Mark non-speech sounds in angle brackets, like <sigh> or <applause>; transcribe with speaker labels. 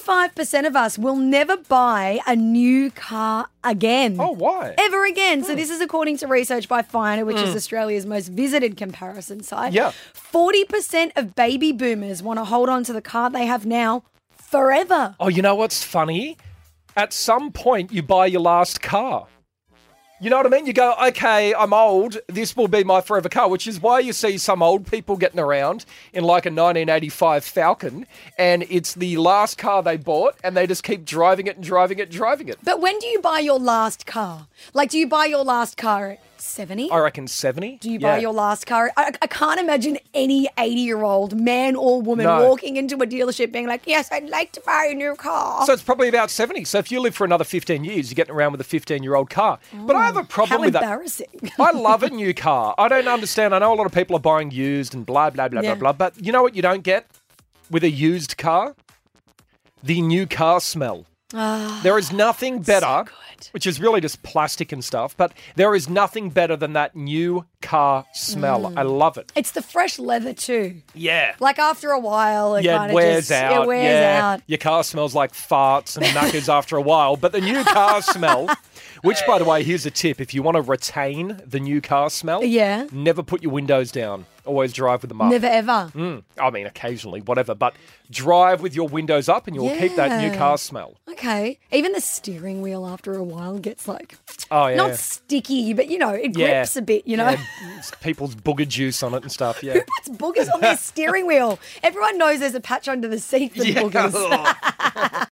Speaker 1: 25% of us will never buy a new car again.
Speaker 2: Oh, why? Hmm.
Speaker 1: Ever again. So, this is according to research by Finder, which is Australia's most visited comparison site.
Speaker 2: Yeah.
Speaker 1: 40% of baby boomers want to hold on to the car they have now forever.
Speaker 2: Oh, you know what's funny? At some point, you buy your last car. You know what I mean? You go, okay, I'm old. This will be my forever car, which is why you see some old people getting around in like a 1985 Falcon, and it's the last car they bought, and they just keep driving it and driving it and driving it.
Speaker 1: But when do you buy your last car? Like, do you buy your last car at 70?
Speaker 2: I reckon 70.
Speaker 1: Do you buy your last car? I, I can't imagine any 80 year old man or woman
Speaker 2: No.
Speaker 1: walking into a dealership being like, Yes, I'd like to buy a new car.
Speaker 2: So it's probably about 70. So if you live for another 15 years, you're getting around with a 15 year old car. But I have a problem
Speaker 1: Mm. How
Speaker 2: with that.
Speaker 1: embarrassing.
Speaker 2: I love a new car. I don't understand. I know a lot of people are buying used and blah, blah, blah,
Speaker 1: Yeah.
Speaker 2: blah, blah. But you know what you don't get with a used car? The new car smell. there is nothing better,
Speaker 1: Ah, good.
Speaker 2: which is really just plastic and stuff, but there is nothing better than that new car smell.
Speaker 1: Mm.
Speaker 2: I love it.
Speaker 1: It's the fresh leather, too.
Speaker 2: Yeah.
Speaker 1: Like, after a while, it
Speaker 2: yeah,
Speaker 1: kind
Speaker 2: it
Speaker 1: of
Speaker 2: wears
Speaker 1: just
Speaker 2: out.
Speaker 1: It wears
Speaker 2: yeah.
Speaker 1: out.
Speaker 2: Your car smells like farts and knackers after a while, but the
Speaker 1: <laughs>
Speaker 2: new car smell, which by the way, here's a tip if you want to retain the new car smell,
Speaker 1: Yeah.
Speaker 2: never put your windows down. Always drive with them up.
Speaker 1: Never ever.
Speaker 2: I mean, occasionally, whatever, but drive with your windows up and you'll keep that new
Speaker 1: Yeah.
Speaker 2: car smell.
Speaker 1: Okay. Even the steering wheel after a while gets like,
Speaker 2: Oh, yeah.
Speaker 1: not sticky, but you know, it
Speaker 2: Yeah.
Speaker 1: grips a bit, you know?
Speaker 2: Yeah, it's people's booger juice on it and
Speaker 1: <laughs>
Speaker 2: stuff. Yeah.
Speaker 1: Who <laughs> puts <laughs>
Speaker 2: <laughs>
Speaker 1: boogers on their steering wheel? Everyone knows there's a patch under the seat for
Speaker 2: Yeah.
Speaker 1: boogers.